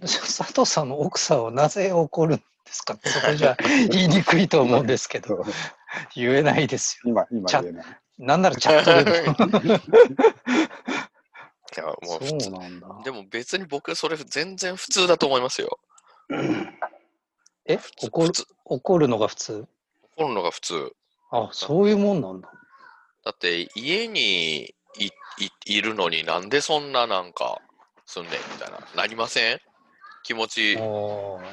佐藤さんの奥さんはなぜ怒るんですかそこじ ゃ言いにくいと思うんですけど、言えないですよ。今、今言えない。なん ならチャットでも。いや、 もう普そ通うなんだ。でも別に僕、それ全然普通だと思いますよ。え普通怒普る通怒るのが普通怒るのが普通。あ、そういうもんなんだ。だって家にいいいるのになんでそんななんかすんねんみたいな。なりません気持ち。おー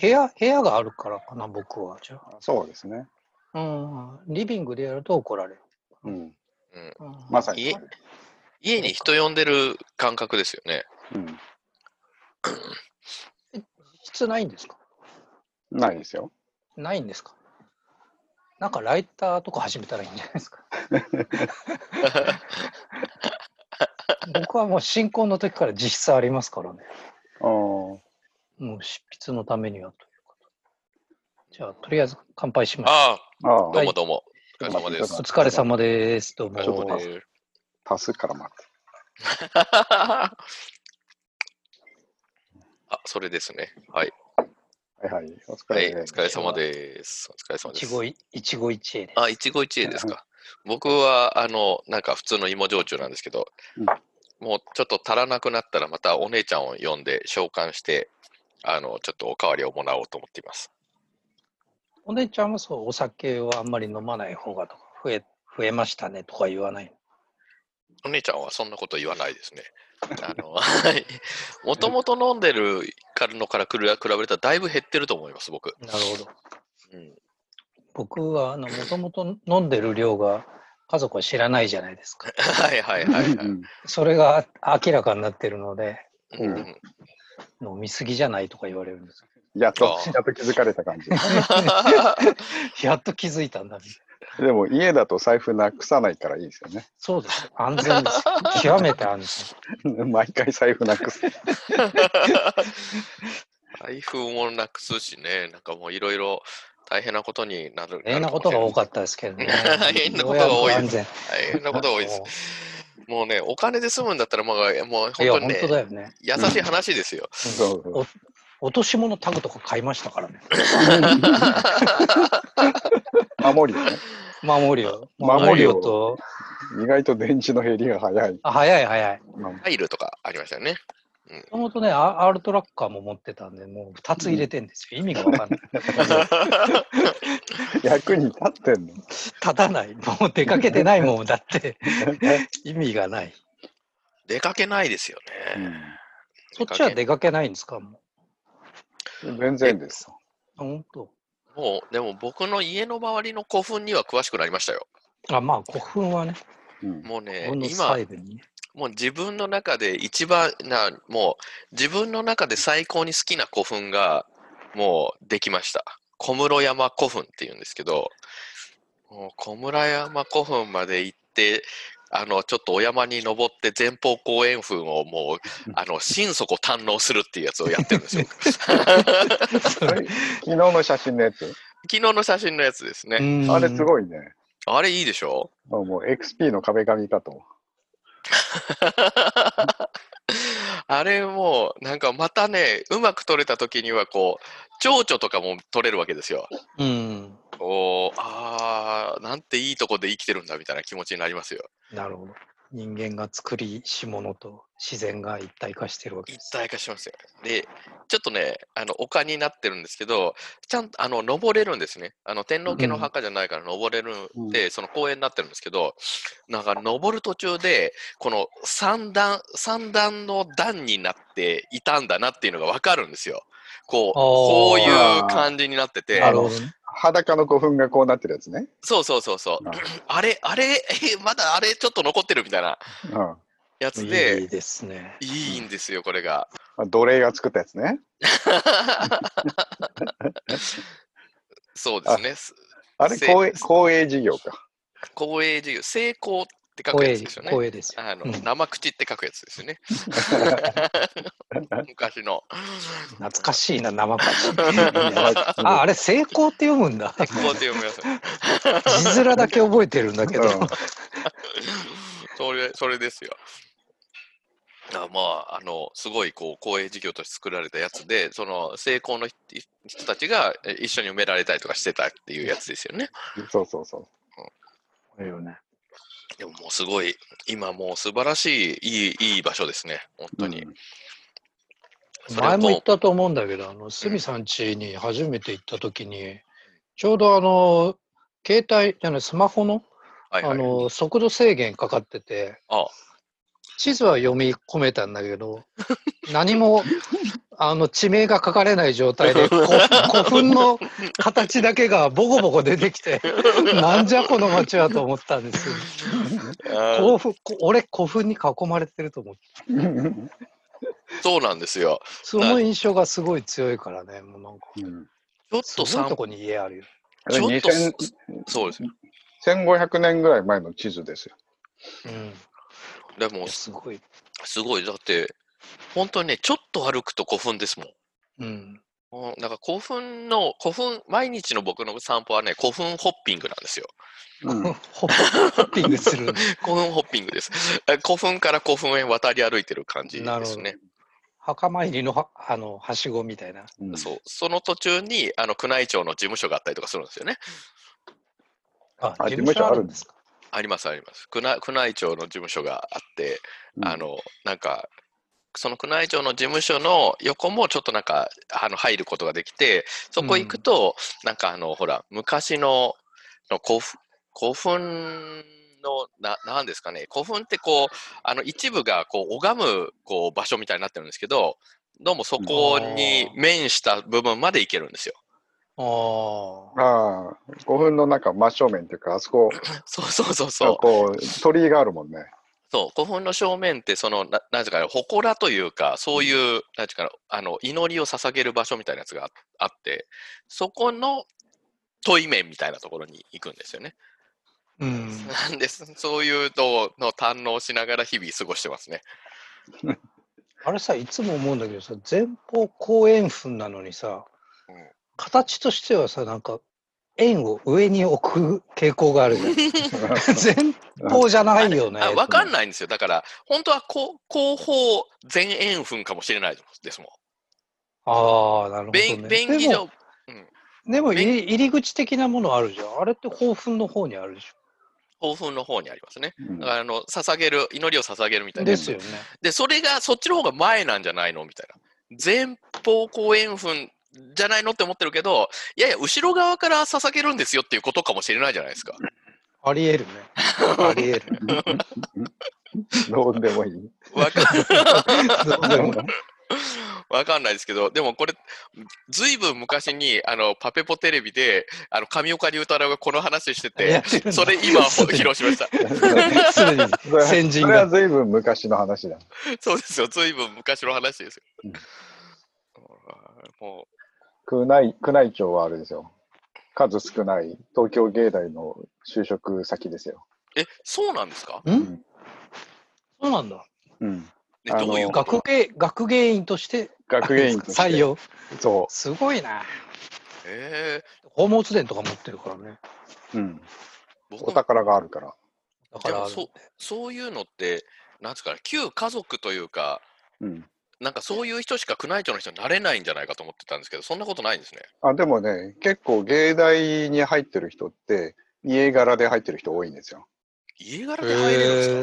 部屋、部屋があるからかな、僕は。じゃそうですね。あ。うん。リビングでやると怒られる。うん。うんうんまさに。家に人呼んでる感覚です よね。うん。質ないんですかないですよ。ないんですかなんかライターとか始めたらいいんじゃないですか僕はもう新婚の時から実質ありますからね。あーもう執筆のためにはということで。じゃあ、とりあえず乾杯しましょあああ、ー、どうはもいどうも。お疲れ様でう。すお。疲れ様です。どうも。ちょっと待おー足すから待って。あ、それですね。はい。はいはい。お疲はれい、お様疲です。れ様です。お疲れ様で一す。期一期一会で。あ、一期一会ですか。僕は、あの、なんか普通の芋焼酎なんですけど、うんもうちょっと足らなくなったら、またお姉ちゃんを呼んで召喚して、あの、ちょっとおかわりをもらおうと思っています。お姉ちゃんもそう、お酒はあんまり飲まない方がとか、増え、増えましたねとか言わない。お姉ちゃんはそんなこと言わないですね。あ の、はい。もともと飲んでるからのから比べたら、だいぶ減ってると思います、僕。なるほど。うん、僕は、あの、もともと飲んでる量が家族は知らないじゃないですか。はいはいはいはい。うんそれが明らかになってるので、うん う ん飲みすぎじゃないとか言われるんです。やっとあ、ーやっと気づかれた感じ。やっと気づいたんだ、みたいなでも家だと財布なくさないからいいですよね。 そうですよ。安全ですよ。極めて安毎回財布なくす。財布もなくすしね、なんかもういろいろ大変なことになる。全。変なことが多かったですけどね。 大変なことが多い安全。た。大変なことが多いです。もうね、お金で済むんだったら、まあ、もいや、う本当に本ね、当だよね。優しい話ですよ。 そうそうお落とし物タグとか買いましたからね。守りよね。守りを。守りをと。意外と電池の減りが早い。あ早い早い。まあタイルとかありましたよ ね。うんもともとね、アアールトラッカーも持ってたんで、もう2つ入れてんですよ。意味がわかんない。 役に立ってんの。立たない。もう出かけてないもんだって、 意味がない。出かけないですよね。そっちは出かけないんですかもうん全然です。う。あ本当。もう、でも僕の家の周りの古墳には詳しくなりましたよ。あ、まあ、古墳はね、うんもう古、ね墳の今、細部に ね。もう自分の中で一番な、もう自分の中で最高に好きな古墳がもうできました。小室山古墳っていうんですけど、もう小室山古墳まで行って、あの、ちょっとお山に登って前方後円墳をもう、あの、心底堪能するっていうやつをやってるんですよ。それ昨日の写真のやつ。昨日の写真のやつですね。あれすい。ごいね。あれいいでしょあもう XP の壁紙かと。 あれもう、なんかまたね、うまく撮れた時にはこう、蝶々とかも撮れるわけですよ。うん。おーあーなんていいとこで生きてるんだみたいな気持ちになりますよなるほど。人間が作りし物と自然が一体化してるわけで一す。体化しますよでちょっとねあの丘になってるんですけどちゃんとあの登れるんですねあの天皇家の墓じゃないから登れるんで、その公園になってるんですけどなんか登る途中でこの三段三段の段になっていたんだなっていうのが分かるんですよこうこおうーいう感じになっててなるほどね。裸の古墳がこうなってるやつね。そうそうそうそうあ あれあれえまだあれちょっと残ってるみたいなうんやつでいいですね。いいんですよ、これが。あ奴隷が作ったやつね。そうですねす。あれ、せ公営公営事業 か。公営事業、成功って書光くや栄つですよね。光栄ですよ。あのうん生口って書くやつですよね。昔の。懐かしいな、生パチ。あ、ああれ、成功って読むんだ。成功って読みます。字面だけ覚えてるんだけど。それ、それですよ。あまあ、あの、すごい、こう、公営事業として作られたやつで、その、成功の人人たちがえ一緒に埋められたりとかしてたっていうやつですよね。そうそうそう。これよね。でももうすごい、今もう素晴らしい、いい、いい場所ですね。本当に。うんそれを前もこう言ったと思うんだけど、あの、鷲見さん家に初めて行った時に、ちょうどあの、携帯じゃない、スマホの、はいはあい。の、速度制限かかってて、あ地図は読み込めたんだけど、何も、あの、地名が書かれない状態 で、こ古墳の形だけがボコボコ出てき て、なんじゃこの町はと思ったんですよ。あー古墳こ俺、古墳に囲まれてると思って、そうなんですよ。その印象がすごい強いからね、もうなんか、うんちょっとすごい散と歩、こに家あるよ。あれちょっと2000、そうですよ。 1500年ぐらい前の地図ですよ。うん、でいもや、すごい。すごい、だって、本当にね、ちょっと歩くと古墳ですもん。うん。 もうなんか古墳の、古墳、毎日の僕の散歩はね、古墳ホッピングなんですよ。 うんホッピングするんだ古墳ホッピングです。え古墳から古墳へ渡り歩いてる感じなでるほすどね。墓参りのはあのはしごみたいな。うんそう。その途中に、あの、宮内庁の事務所があったりとかするんですよね。あ、事務所あるんですかあります、あります。宮内宮内庁の事務所があって、あ、の、なんか、その宮内庁の事務所の横もちょっとなんか、あの、入ることができて、そこ行くと、なんかあの、ほら、昔の、の古墳、古墳の、な、なんですかね、古墳ってこう、あの、一部がこう、拝む、こう、場所みたいになってるんですけど、どうもそこに面した部分まで行けるんですよ。 ああ。ああ、古墳の中真正面っていうか、あそこ、そうそうそうそう。こう、鳥居があるもんね。そう、古墳の正面って、その、ななんていうか、祠というか、そういう、なんていうか、あの、祈りを捧げる場所みたいなやつがああって、そこの問い面みたいなところに行くんですよね。うん。なんです、そういうのの堪能しながら日々過ごしてますね。あれさ、いつも思うんだけどさ、前方後円墳なのにさうん、形としてはさ、なんか、円を上に置く傾向があるじゃん。 前方じゃないよね。あ、わかんい。ないんですよ。だから、本当は後、後方前円墳かもしれないですもん。ああ、なるほど、便ね。便宜でも上、、でも便入り入り口的なものあるじゃん。あれって宝墳の方にあるでし後墳の方にありますね。うんだからあの、捧げる、祈りを捧げるみたょ。いなでやつすよね。で、それがそっちの方が前なんじゃないのみたいな。前方後円墳じゃないのって思ってるけど、いやいや、後ろ側から捧げるんですよっていうことかもしれないじゃないですか。あり えるね。ありえる。どうでもい い。わかどうでもわかんないですけど、でもこれ、ずいぶん昔にあのパペポテレビで、あの上岡龍太郎がこの話してやてっ、てるんだそれ今、す披でに 露しま した。すでにそれは先人それはが。随分昔の話だ。そうですよ、ずいぶん昔の話ですようん。も宮内宮内庁はあれですよ。数少ない東京芸大の就職先ですよ。うえ、そうなんですかんそうなんだ。うん、でどういうこと学芸、学芸員として学芸員として採用。そすごいな。え宝物殿とか持ってるからね。う、うん、ー、僕おも宝があるから。だかでらも、そうそういうのって、なんですかね、旧家族というか、うん、なんかそういう人しか宮内庁の人になれないんじゃないかと思ってたんですけど、そんなことないんですね。あでもね、結構芸大に入ってる人って家柄で入ってる人多いんですよ。家柄で入れるんですか、へ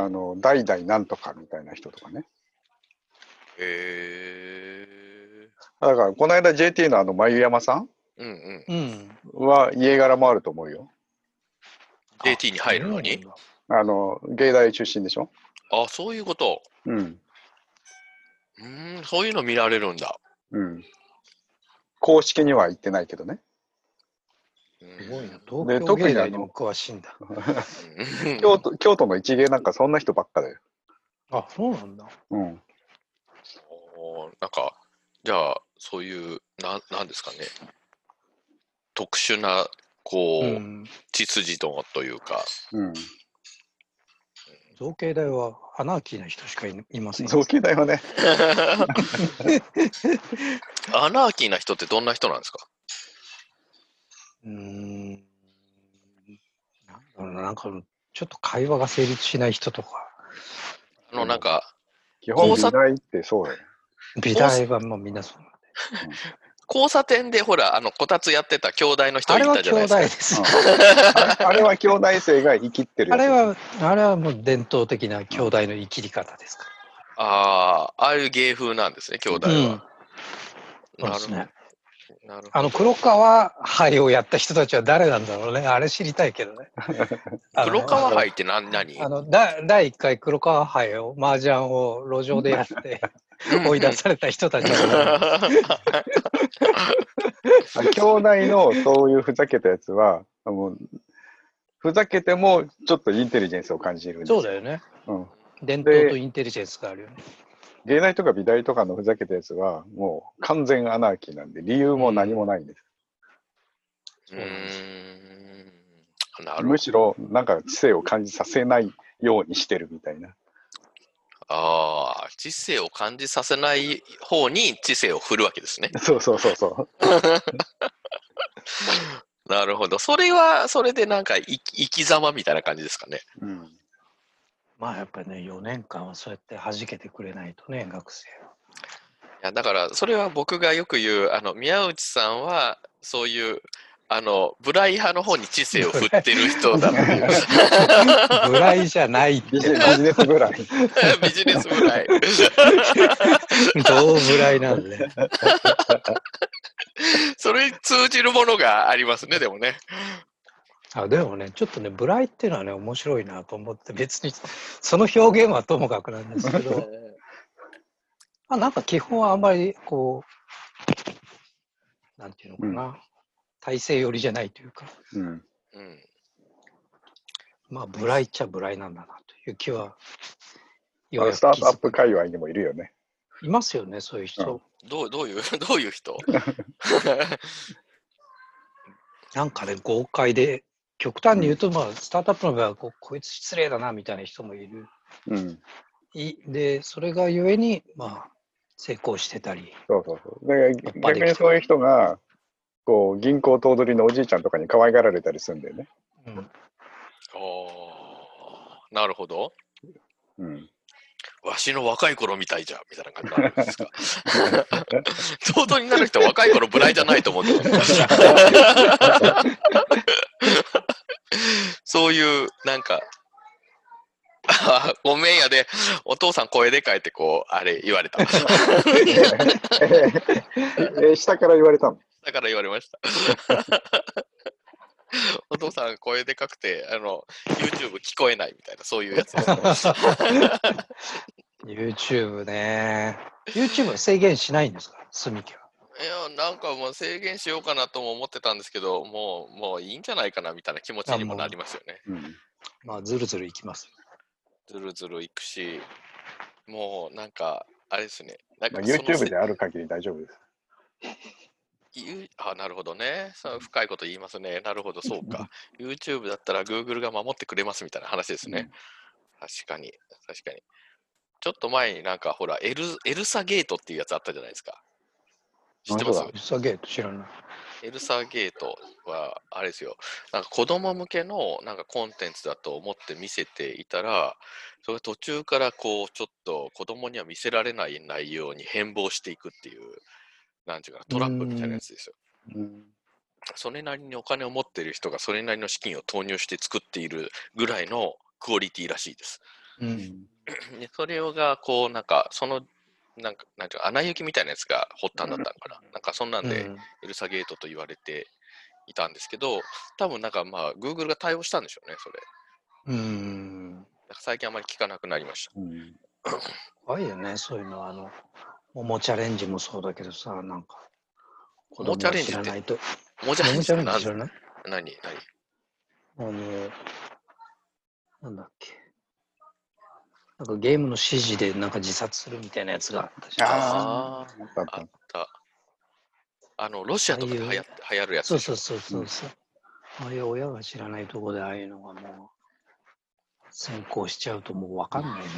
ーあの代々なんとかみたいな人とかね。えだからこの間 JT のあの眉山さんー、うんうん。うん。は家柄もあると思うよ。 JT に入るのにあの芸大出身でしょ。あ、そういうこと。うんうーん、そういうの見られるんだ。うん、公式には行ってないけどね。うすごいんな。東で京特に芸あの大にも詳しいんだ。うん京都京都の一芸なんかそんな人ばっかだよ。あ、そうなんだ。うん、おーなんか、じゃあ、そういう、ななんですかね、特殊な、こう、うん。血筋というか、うん、造形大はアナーキーな人しかいいませんよ。造形大はね、アナーキーな人ってどんな人なんですかうーん。なんだろうな、なんか、ちょっと会話が成立しない人とか、のなんか、基本交差美大ってそうだよ。美大はもうみんなそう。交差点でほら、あの、こたつやってた兄弟の人あいれはたじ兄ゃないで弟すかで。す。あれあれは兄弟生が生きってるあやつれは、あれはもう伝統的な兄弟の生きり方ですかああ、ああいう芸風なんですね、兄弟ら。は。うん。そうなるでほすど。ね。なるほあの、黒川杯をやった人たちは誰なんだろうね。あれ知りたいけどね。ど。 黒川あの杯って何、何あの、だ第1回黒川杯を、麻雀を路上でや ってうん追い出された人たちうんは、あ兄弟のそういうふざけたやつは、もうふざけてもちょっとインテリジェンスを感 じるんですそうよ。だよね。うん、伝統とインテリジェンスがあるよね。芸大とか美大とかのふざけたやつは、もう完全アナーキーなんで、理由も何もないんです。うーん。なるほむど。しろ、なんか知性を感じさせないようにしてるみたいな。ああ、知性を感じさせない方に知性を振るわけですね。そうそうそうそう。なるほど。それは、それでなんか、い生き様みたいな感じですかね。うん、まあやっぱりね、4年間はそうやって弾けてくれないとね、学生は。いやだからそれは僕がよく言うあの宮内さんはそういうあのブライ派の方に知性を振って る人だっていう ぐらいじゃないってビジビジネスぐらい。ビジネスブライ どうぐらいなんで。それに通じるものがありますねでもねあでもね、ちょっとね、ブライっていうのはね、面白いなと思って、別にその表現はともかくなんですけ ど、まあ、なんか基本はあんまりこう、なんていうのかな、体制寄りじゃないというか、うん、うんまあ、ブライっちゃブライなんだなという気は、ようやくスター気トアづップく界隈にもいるよね。いますよね、そういう人。うどうどういうどういう人 なんかね、豪快で、極端に言うと、まあ、スタートアップの場合はこう、こいつ失礼だなみたいな人もいる。うん、いで、それがゆえに、まあ、成功してたり。そうそうそう。だやっかぱらり逆にそういう人が、こう銀行頭取のおじいちゃんとかに可愛がられたりするんだよね。うんあーなるほど うん、わしの若い頃みたいじゃんみたいな感じなんですか相当になる人は若い頃ブライじゃないと思ってたそういう、なんか、 あごめんやで、お父さん声でかいってこう、あれ言われた。だえ下から言われたの。から言われました。 お父さん声でかくて、あの、YouTube 聞こえないみたいな、そういうやつです。 YouTube ね。YouTube は制限しないんですか住木は。いや、なんかもう制限しようかなとも思ってたんですけど、もう、もういいんじゃないかなみたいな気持ちにもなりますよね。うんまあ、ずるずるいきます。ずるずるいくし、もうなんか、あれですね。なんまかあ、そのせ YouTube である限り大丈夫です。ゆあなるほどね。そう深いこと言いますね。なるほど、そう か。YouTube だったら Google が守ってくれますみたいな話ですね。確かに、確かに。ちょっと前になんかほら、エルエルサゲートっていうやつあったじゃないですか。知ってます本当うさげーと知らない。エルサゲートは、あれですよ。なんか子供向けのなんかコンテンツだと思って見せていたら、それが途中からこう、ちょっと子供には見せられない内容に変貌していくっていう、なんていうかな、トラップみたいなやつですよ。うんそれなりにお金を持っている人がそれなりの資金を投入して作っているぐらいのクオリティらしいです。うん。でそれをがこうなんかそのなんかなんていうか穴行きみたいなやつが発端だったのかな。なんかそんなんでうんエルサゲートと言われていたんですけど、多分なんかまあ Google が対応したんでしょうね、それ。うん。なんか最近あまり聞かなくなりました。うん怖いよね、そういうのは。あの、桃チャレンジもそうだけどさ、なんか。子供桃チャはレン知ジっらてないと。もじゃ桃チャレンジ知何らない何何あの、なんだっけ。なんかゲームの指示でなんか自殺するみたいなやつがあったじゃん。あーあったあっあたった。あの、ロシアとかで流行っ流行るやつそうでしそょ。うそうそうそう。ああいう親が知らないとこでああいうのがもう先行しちゃうともうわかんないのよね。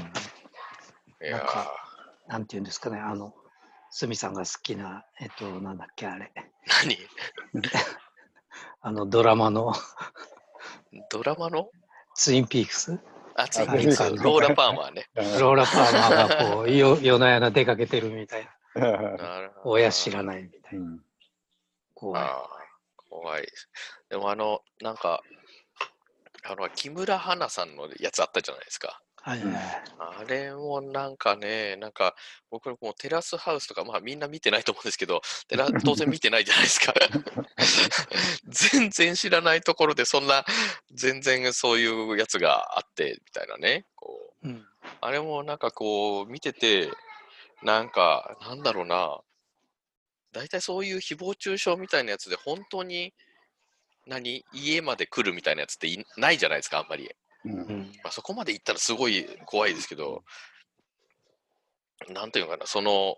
いやなんかなんていうんですかね、あの、鷲見さんが好きな、えっと、なんだっけ、あれ、ー何 あのドラマの ドラマのツインピークス暑い暑んいでですすよよローラパーマーね。ローラ・パーマーがこう、よ夜な夜な出かけてるみたいな。なるほど親知らないみたいな。うん怖い。ああ、怖い。でもあの、なんか、あの、木村花さんのやつあったじゃないですか。はいはいはい。あれもなんかね、なんか、僕もうテラスハウスとか、まあみんな見てないと思うんですけど、テラ当然見てないじゃないですか。 全然知らないところで、そんな、全然そういうやつがあって、みたいなね。こううん。あれもなんかこう見てて、なんかなんだろうな、大体そういう誹謗中傷みたいなやつで本当に何家まで来るみたいなやつっていないじゃないですか、あんまり。うんうんまあ、そこまで行ったらすごい怖いですけど、なんていうのかな、その、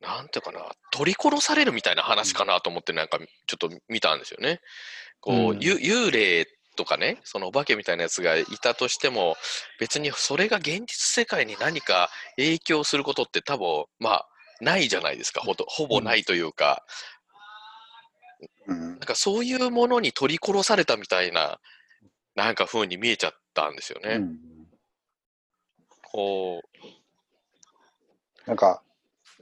なんていうかな、取り殺されるみたいな話かなと思って、なんかちょっと見たんですよね。こう、うんゆ幽霊とかね、そのお化けみたいなやつがいたとしても、別にそれが現実世界に何か影響することって多分、まあ、ないじゃないですか、ほとほぼないというか、うんなんかそういうものに取り殺されたみたいな、なんか風に見えちゃったんですよね。うんこうなんか、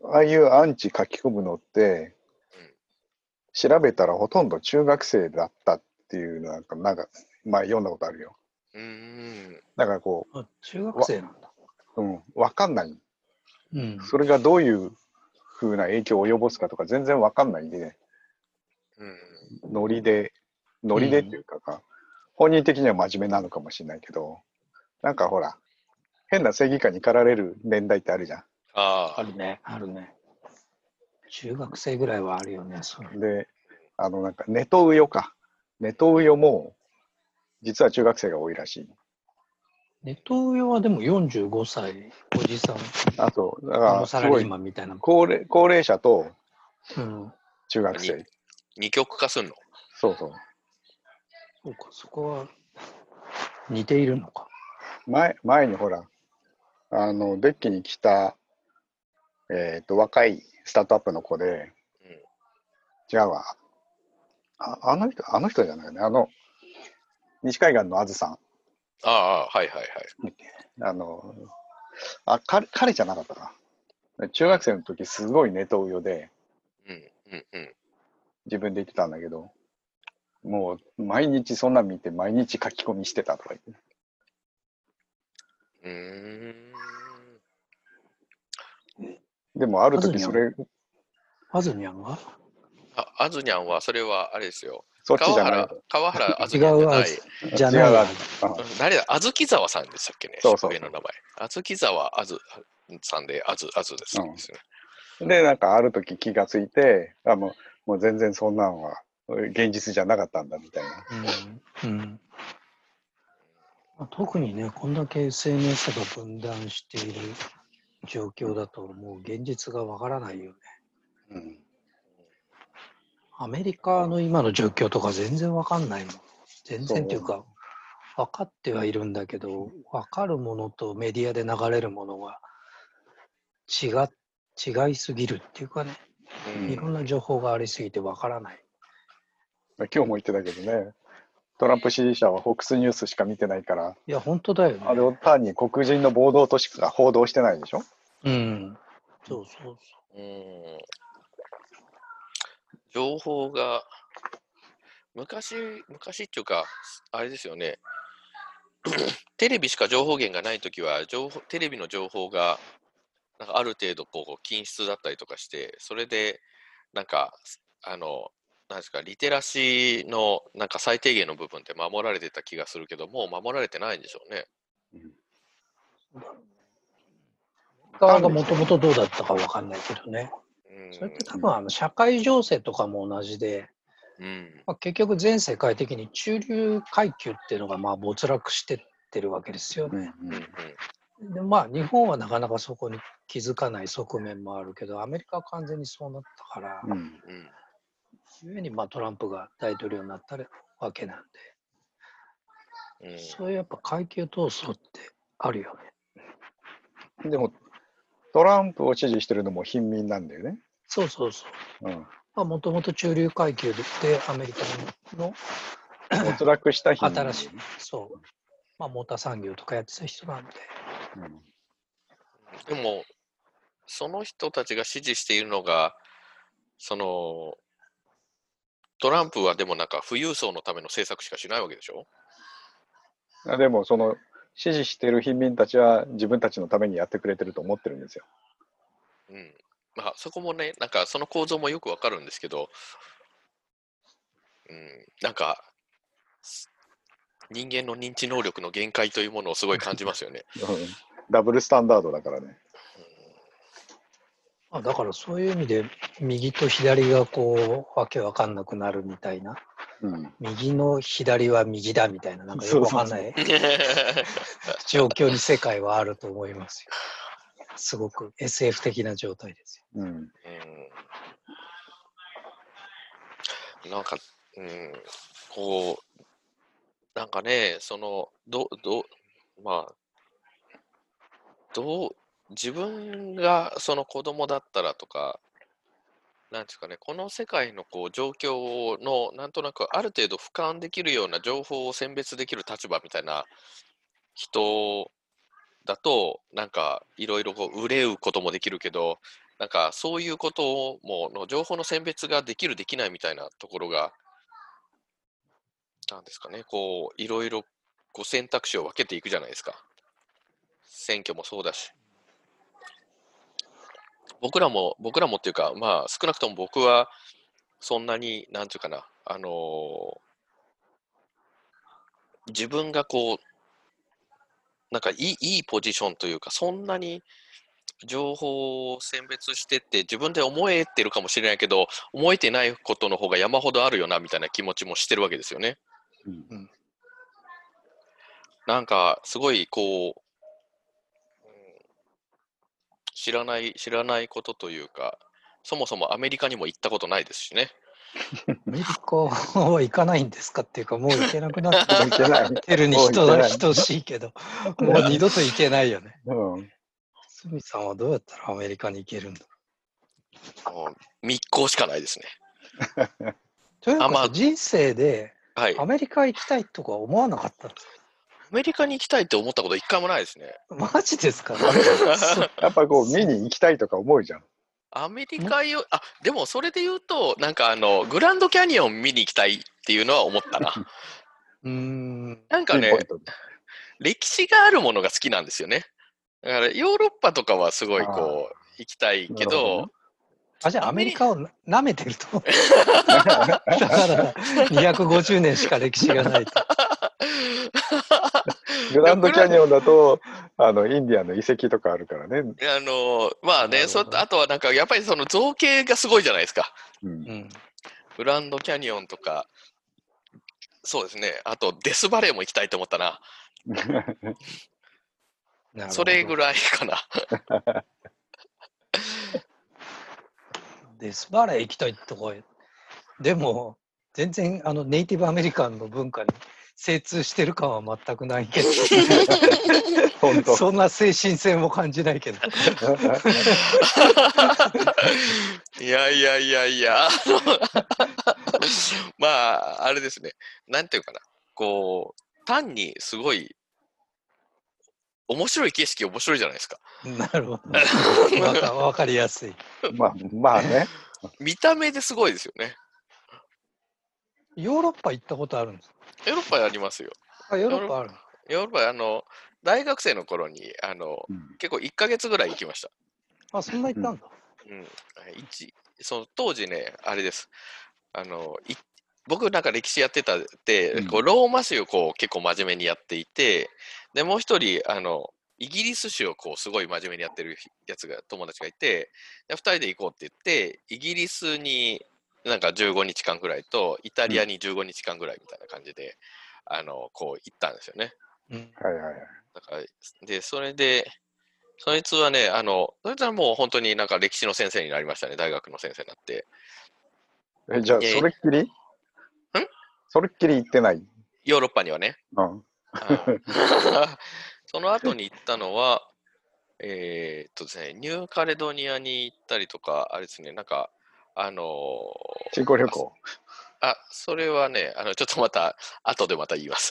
ああいうアンチ書き込むのって、調べたらほとんど中学生だったっていうのなんか、なんか、まあ読んだことあるよ。うーん。だからこあ中学生なんだ。う、うん、わかんない。うん。それがどういう風な影響を及ぼすかとか全然わかんないんで、うん。ノリで、ノリでっていうかか、本人的には真面目なのかもしれないけど、なんかほら、変な正義感に駆られる年代ってあるじゃああるね。あるね。中学生ぐらいはあるよね。それん。で、あのなんか、ネトウヨか。ネトウヨも、実は中学生が多いらしい。ネトウヨはでも45歳、おじさん、あと、だかあのら、すサラリごーいマンみたいな。高齢、高齢者とうん。中学生。二極化すんのそうそう。そうか、そこは似ているのか。前、前にほら、あの、デッキに来た、えっ、と、若いスタートアップの子で、違うわ。ああの人、あの人じゃないよね。あの、西海岸のあずさああ、はいはいはい。ん。あの、あ、彼、彼じゃなかったかな。中学生の時、すごいネトウヨで、うんうんうん。自分で言ってたんだけど、もう、毎日そんなん見て、毎日書き込みしてたとか言って。うーん。でもある時それ、アズニャンはあ、あずにゃんは、それはあれですよ。そっちじ川ゃない原。、川原あず違にゃんじゃうなアい。ズじゃない違うアアズズ。あうん誰だあずきざわさんでしたっけねそうそう上の名前。あずきざわあずさんで、あず、あずです、うんで、なんかある時気がついて、あもうもう全然そんなんは現実じゃなかったんだみたいな。うんうんまあ特にね、こんだけ SNS が分断している状況だと、もう現実がわからないよね。うん、アメリカの今の状況とか全然わかんないもん。全然っていうか、分かってはいるんだけど、分かるものとメディアで流れるものが違違いすぎるっていうかね、うんいろんな情報がありすぎてわからない。今日も言ってたけどね、トランプ支持者は FOX ニュースしか見てないから、いや、本当だよね。あれを単に黒人の暴動としか報道してないでしょ。うん。そうそうそう。うん情報が昔昔っていうかあれですよね テレビしか情報源がない時は情報テレビの情報がなんかある程度こう均質だったりとかしてそれでなんかあのなんですかリテラシーのなんか最低限の部分って守られてた気がするけどもう守られてないんでしょうね。側がもともとどうだったかわかんないけどね。うんそれって多分あの社会情勢とかも同じで、うんまあ、結局全世界的に中流階級っていうのがまあ没落してってるわけですよね。うんうんでまあ日本はなかなかそこに気づかない側面もあるけど、アメリカは完全にそうなったから、うんうん故にまあトランプが大統領になったわけなんうんで、そういうやっぱ階級闘争ってあるよね。でも、トランプを支持してるのも貧民なんだよね。そうそうそう。うん、まあもともと中流階級でアメリカの没落した貧民。新しい、そう、まあ、モーター産業とかやってた人なんで。うんでも、その人たちが支持しているのが、その、トランプはでもなんか富裕層のための政策しかしないわけでしょあでもその支持してる貧民たちは自分たちのためにやってくれてると思ってるんですよ。うん。まあそこもね、なんかその構造もよくわかるんですけど、うん、なんか、人間の認知能力の限界というものをすごい感じます よね。うんダブルスタンダードだからね。まあ、だからそういう意味で、右と左がこう、わけわかんなくなるみたいな。うん、右の左は右だみたいな、なんかよくわかんない状況に世界はあると思いますよ。すごく SF 的な状態ですよ。うん、うんなんか、うん、こう、なんかね、その、ど、ど、まあ、どう、自分がその子供だったらとか、なんていうかね、この世界のこう状況の、なんとなくある程度俯瞰できるような情報を選別できる立場みたいな人だと、なんかいろいろこう憂うこともできるけど、なんかそういうことをもの情報の選別ができるできないみたいなところがなんですかねこういろいろこう選択肢を分けていくじゃないですか選挙もそうだし僕らも僕らもっていうかまあ少なくとも僕はそんなになんていうかなあのー自分がこうなんかいいいいポジションというかそんなに情報を選別してって自分で思えてるかもしれないけど思えてないことの方が山ほどあるよなみたいな気持ちもしてるわけですよね。うんなんかすごいこううん知らない知らないことというかそもそもアメリカにも行ったことないですしね。アメリカは行かないんですかっていうか、もう行けなくなっもういけない。てるにもう行け等ない等しいけど、もう二度と行けないよね。うん、鷲見さんはどうやったらアメリカに行けるんだもう密航しかないですね。というあまかあ、人生ではい。アアメリカ行きたいとか思わなかったんですメリカに行きたいって思ったこと一回もないですね。かマジです かそうやっぱこう見に行きたいとか思うじゃん。アメリカよ、あ、でもそれで言うと、なんかあの、グランドキャニオン見に行きたいっていうのは思ったな。うーん。なんかピンポイねン、トで歴史があるものが好きなんですよね。だからヨーロッパとかはすごいこう、行きたいけなるほどどね、あ、じゃあアメリカをな舐めてると。だから250年しか歴史がないと。グランドキャニオンだとあのインディアンの遺跡とかあるからね。あの、まあなね、るほそどうあとはなんかやっぱりその造形がすごいじゃないですか。うんう、ん。グランドキャニオンとか、そうですね。あとデスバレーも行きたいと思ったな。なるほどそれぐらいかな。デスバレー行きたいとか、でも、全然あのネイティブアメリカンの文化に精通してる感は全くないけ本ど、当。そんな精神性も感じないけど、 いやいやいやいや、あの まあ、あれですね、なんていうかな、こう、単にすごい、面白い景色、面白いじゃないですか。なるほど。わかわかりやすい。 まあまあね。見た目ですごいですよね。ヨーロッパ行ったことあるんですヨーロッパありますよ。かあヨーロッパあるヨーロッパ、あの、大学生の頃に、あの、うん結構1ヶ月ぐらい行きました。あ、そんな行ったんだ。うん、一その当時ね、あれです。あのい僕なんか歴史やってたって、うんこうローマ史をこう結構真面目にやっていて、でもう一人あのイギリス史をこうすごい真面目にやってるやつが友達がいて、で二人で行こうって言って、イギリスになんか15日間ぐらいとイタリアに15日間ぐらいみたいな感じで、あのこう行ったんですよね。うんはいはいはい。だからでそれでそいつはねあのそいつはもう本当になんか歴史の先生になりましたね大学の先生になってえじゃあいやいやそれっきり？それっきり行ってない。ヨーロッパにはねうん。 あその後に行ったのは、えーっとですね、ニューカレドニアに行ったりとか、あれですね、なんか、あの新婚旅行。あ、それはね、あの、ちょっとまた、後でまた言います。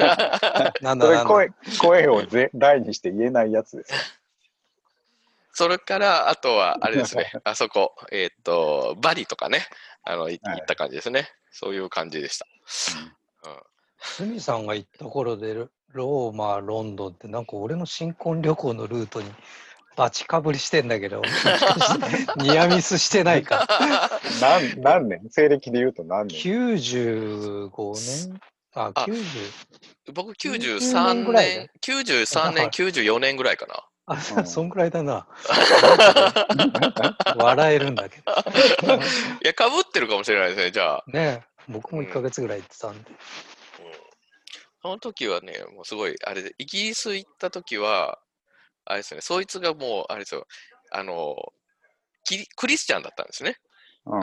なんだそれなんだ声声をぜ大にして言えないやつです。それから、あとは、あれです ね、あそこ、えーっと、バリとかね、あの、い行はいった感じですね。そういう感じでした。鷲見さんが行った頃でロローマロンドンってなんか俺の新婚旅行のルートにバチかぶりしてんだけ どニアミスしてないか何何年西暦で言うと何年95年ああ90僕、 90 93ぐらいだ年、93年、94 年ぐらいかな。あ、うんそんぐらいだ な笑えるんだけどいや、かぶってるかもしれないですね、じゃあ。ね僕も1ヶ月ぐらい行ってたんでうんその時はね、もうすごい、あれで、イギリス行った時は、あれですね、そいつがもう、あれですよ、あの、キリクリスチャンだったんですね。うん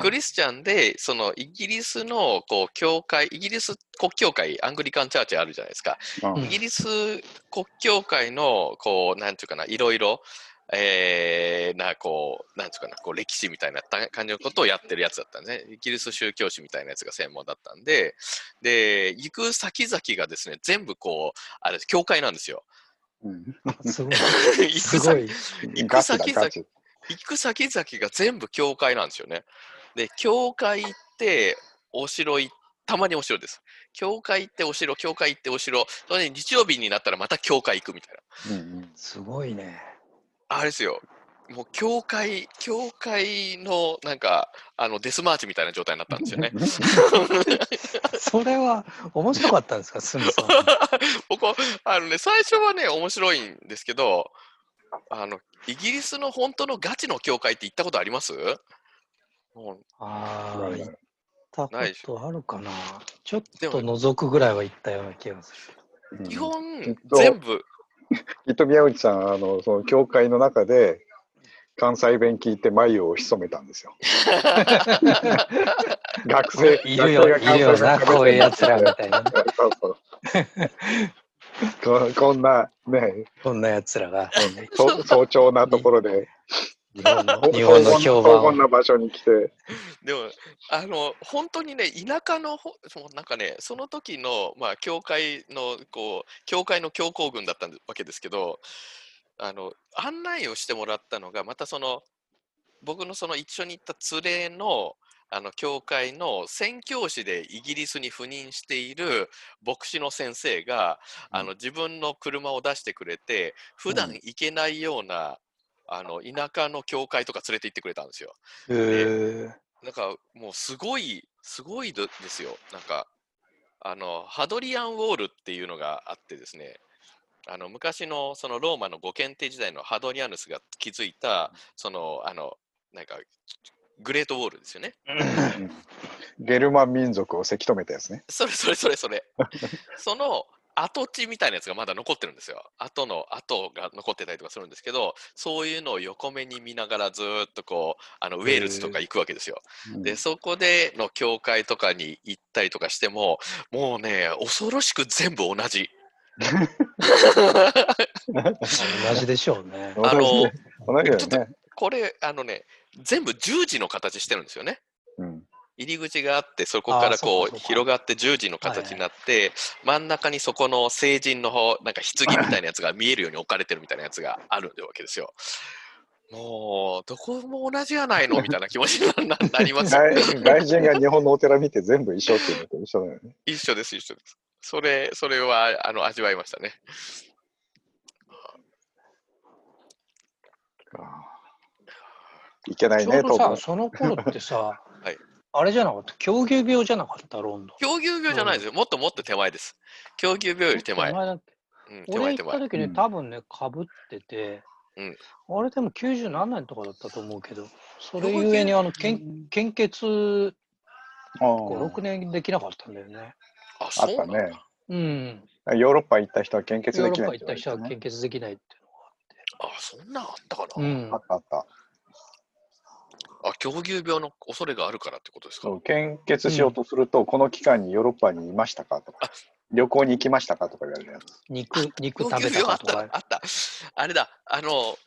クリスチャンで、そのイギリスのこう教会、イギリス国教会、アングリカンチャーチあるじゃないですか。うんイギリス国教会の、こう、なんていうかな、いろいろ、えーな、こう、なんていうかな、こう、歴史みたいなた感じのことをやってるやつだったんですね。イギリス宗教史みたいなやつが専門だったんで、で、行く先々がですね、全部こう、あれ、教会なんで すよ。うんす ごい行くす先ごい行くガチだ先々ガチ。行く先々が全部教会なんですよね。で、教会行って、お城行ったまにお城です。教会行ってお城、教会行ってお城、それで日曜日になったらまた教会行くみたいな。うんすごいねあれですよ。もう教会、教会のなんか、あの、デスマーチみたいな状態になったんです よね。それは面白かったんですか鷲見 さん僕は、あのね、最初はね、面白いんですけど、あの、イギリスの本当のガチの教会って行ったことありますもうああ、うん行ったこないでしとあるかな。ちょっでとも覗くぐらいは行ったような気がする。うん基本っ、と全部、きっと宮内さん、あの、その教会の中で、関西弁聞いて眉を潜めたんで すよ。学生、いるよ、学い生がるよな、関西弁喋ってこういうやつらみたいなね。そうそう。ここんな、ね、こんなやつらが、そう早朝なところで、日本 の日黄本金の評判黄金を。な場所に来て、でも、あの、本当にね、田舎のほ、そうなんかね、その時の、まあ、教会の、こう、教会の教皇軍だったわけですけど、あの、案内をしてもらったのが、またその、僕のその一緒に行った連れの、あの、教会の宣教師でイギリスに赴任している牧師の先生が、あの、自分の車を出してくれて、普段行けないような、あの、田舎の教会とか連れて行ってくれたんですよ。へーなんかもうすごい、すごいどですよ。なんか、あの、ハドリアンウォールっていうのがあってですね、あの昔のそのローマの五検定時代のハドリアヌスが築いた、その、あの、なんか、グレートウォールですよね。ゲルマン民族をせき止めたやつね。 それそれそれそれ。その跡地みたいなやつがまだ残ってるんですよ。跡の跡が残ってたりとかするんですけど、そういうのを横目に見ながらずーっとこう、あのウェールズとか行くわけですよ。で、そこでの教会とかに行ったりとかしても、もうね、恐ろしく全部同じ。同じでしょうね。同じあの同じだよね。これ、あのね、全部十字の形してるんですよね。うん入り口があって、そこからあーそこうかそううか広がって十字の形になって、真ん中にそこの聖人の方、なんか棺みたいなやつが見えるように置かれてるみたいなやつがあるわけですよ。もう、どこも同じやないのみたいな気持ちになな りますよ外外人が日本のお寺見て全部一緒っていうのと一緒だよね。一緒です、一緒です。それ、それは、あの、味わいましたね。いけないちょね、うどとさ、分。その頃ってさはい、あれじゃなかった、狂牛病じゃなかった、ロンドン。狂牛病じゃないですよ。もっともっと手前です。狂牛病より手前。だっけうん、手俺前手行った前。時ね、うん多分ね、かぶってて、うんあれでも90何年とかだったと思うけど、それどこゆえに、行あの、献献血うん5、6年できなかったんだよね。あ、あそっうたなんだ。ね。うん。ヨーロッパ行った人は献血ヨーでロきッなパい行った人は献血できないってあ、そんなんあったかいうな。のがあったあった。あ、狂牛病の恐れがあるからってことですか。そう献血しようとすると、この期間にヨーロッパにいましたかとか、旅行に行きましたかとか言われるやつ。うん。肉、肉狂食べ牛た 病かあっとた、あかっ。た。あれだ、あの、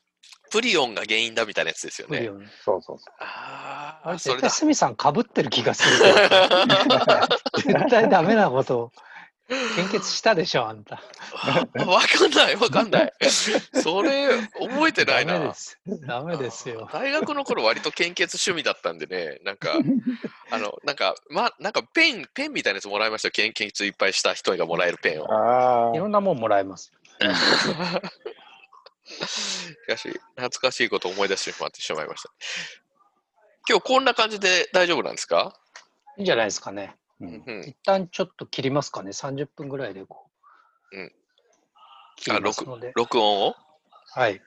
プリオンが原因だみたいなやつですよプリね。オンそうそうそあああ、れそ絶れ対だ。鷲見さんかぶってる気がするから絶対ダメなこと献血したでしょあんたわかんない、わかんない。それ、覚えてないダメなで。すダメですよあー大学の頃割と献血趣味だったんでね、な んか、あの、なんか、ま、なんかペン、ペンみたいなやつもらいましたよ。献献血いっぱいした人がもらえるペンをう。。あいろんなもんもらえますしかし、懐かしいことを思い出してしまってしまいました。今日こんな感じで大丈夫なんですか、いいんじゃないですかねううんん、うん一旦ちょっと切りますかね30分ぐらいでこう、うん切りますので録音をはい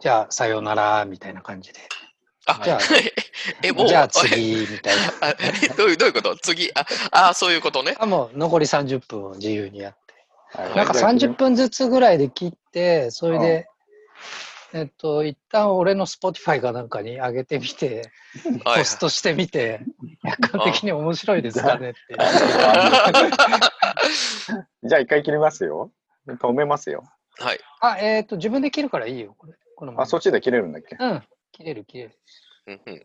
じゃあさようならみたいな感じであじゃあ え、もう、じゃあえ次みたいな あえどういうどういうこと次、あ、あそういうことね。あもう残り30分を自由にやってはいなんかじゃあ30分ずつぐらいで切って、それで、えっと、一旦俺の Spotify かなんかに上げてみて、はいポストしてみて、客観的に面白いですかねって。じゃあ一回切りますよ。止めますよ。はい。あ、えっと、自分で切るからいいよ、これ。このままあ、そっちで切れるんだっけうん、切れる切れる。うんうん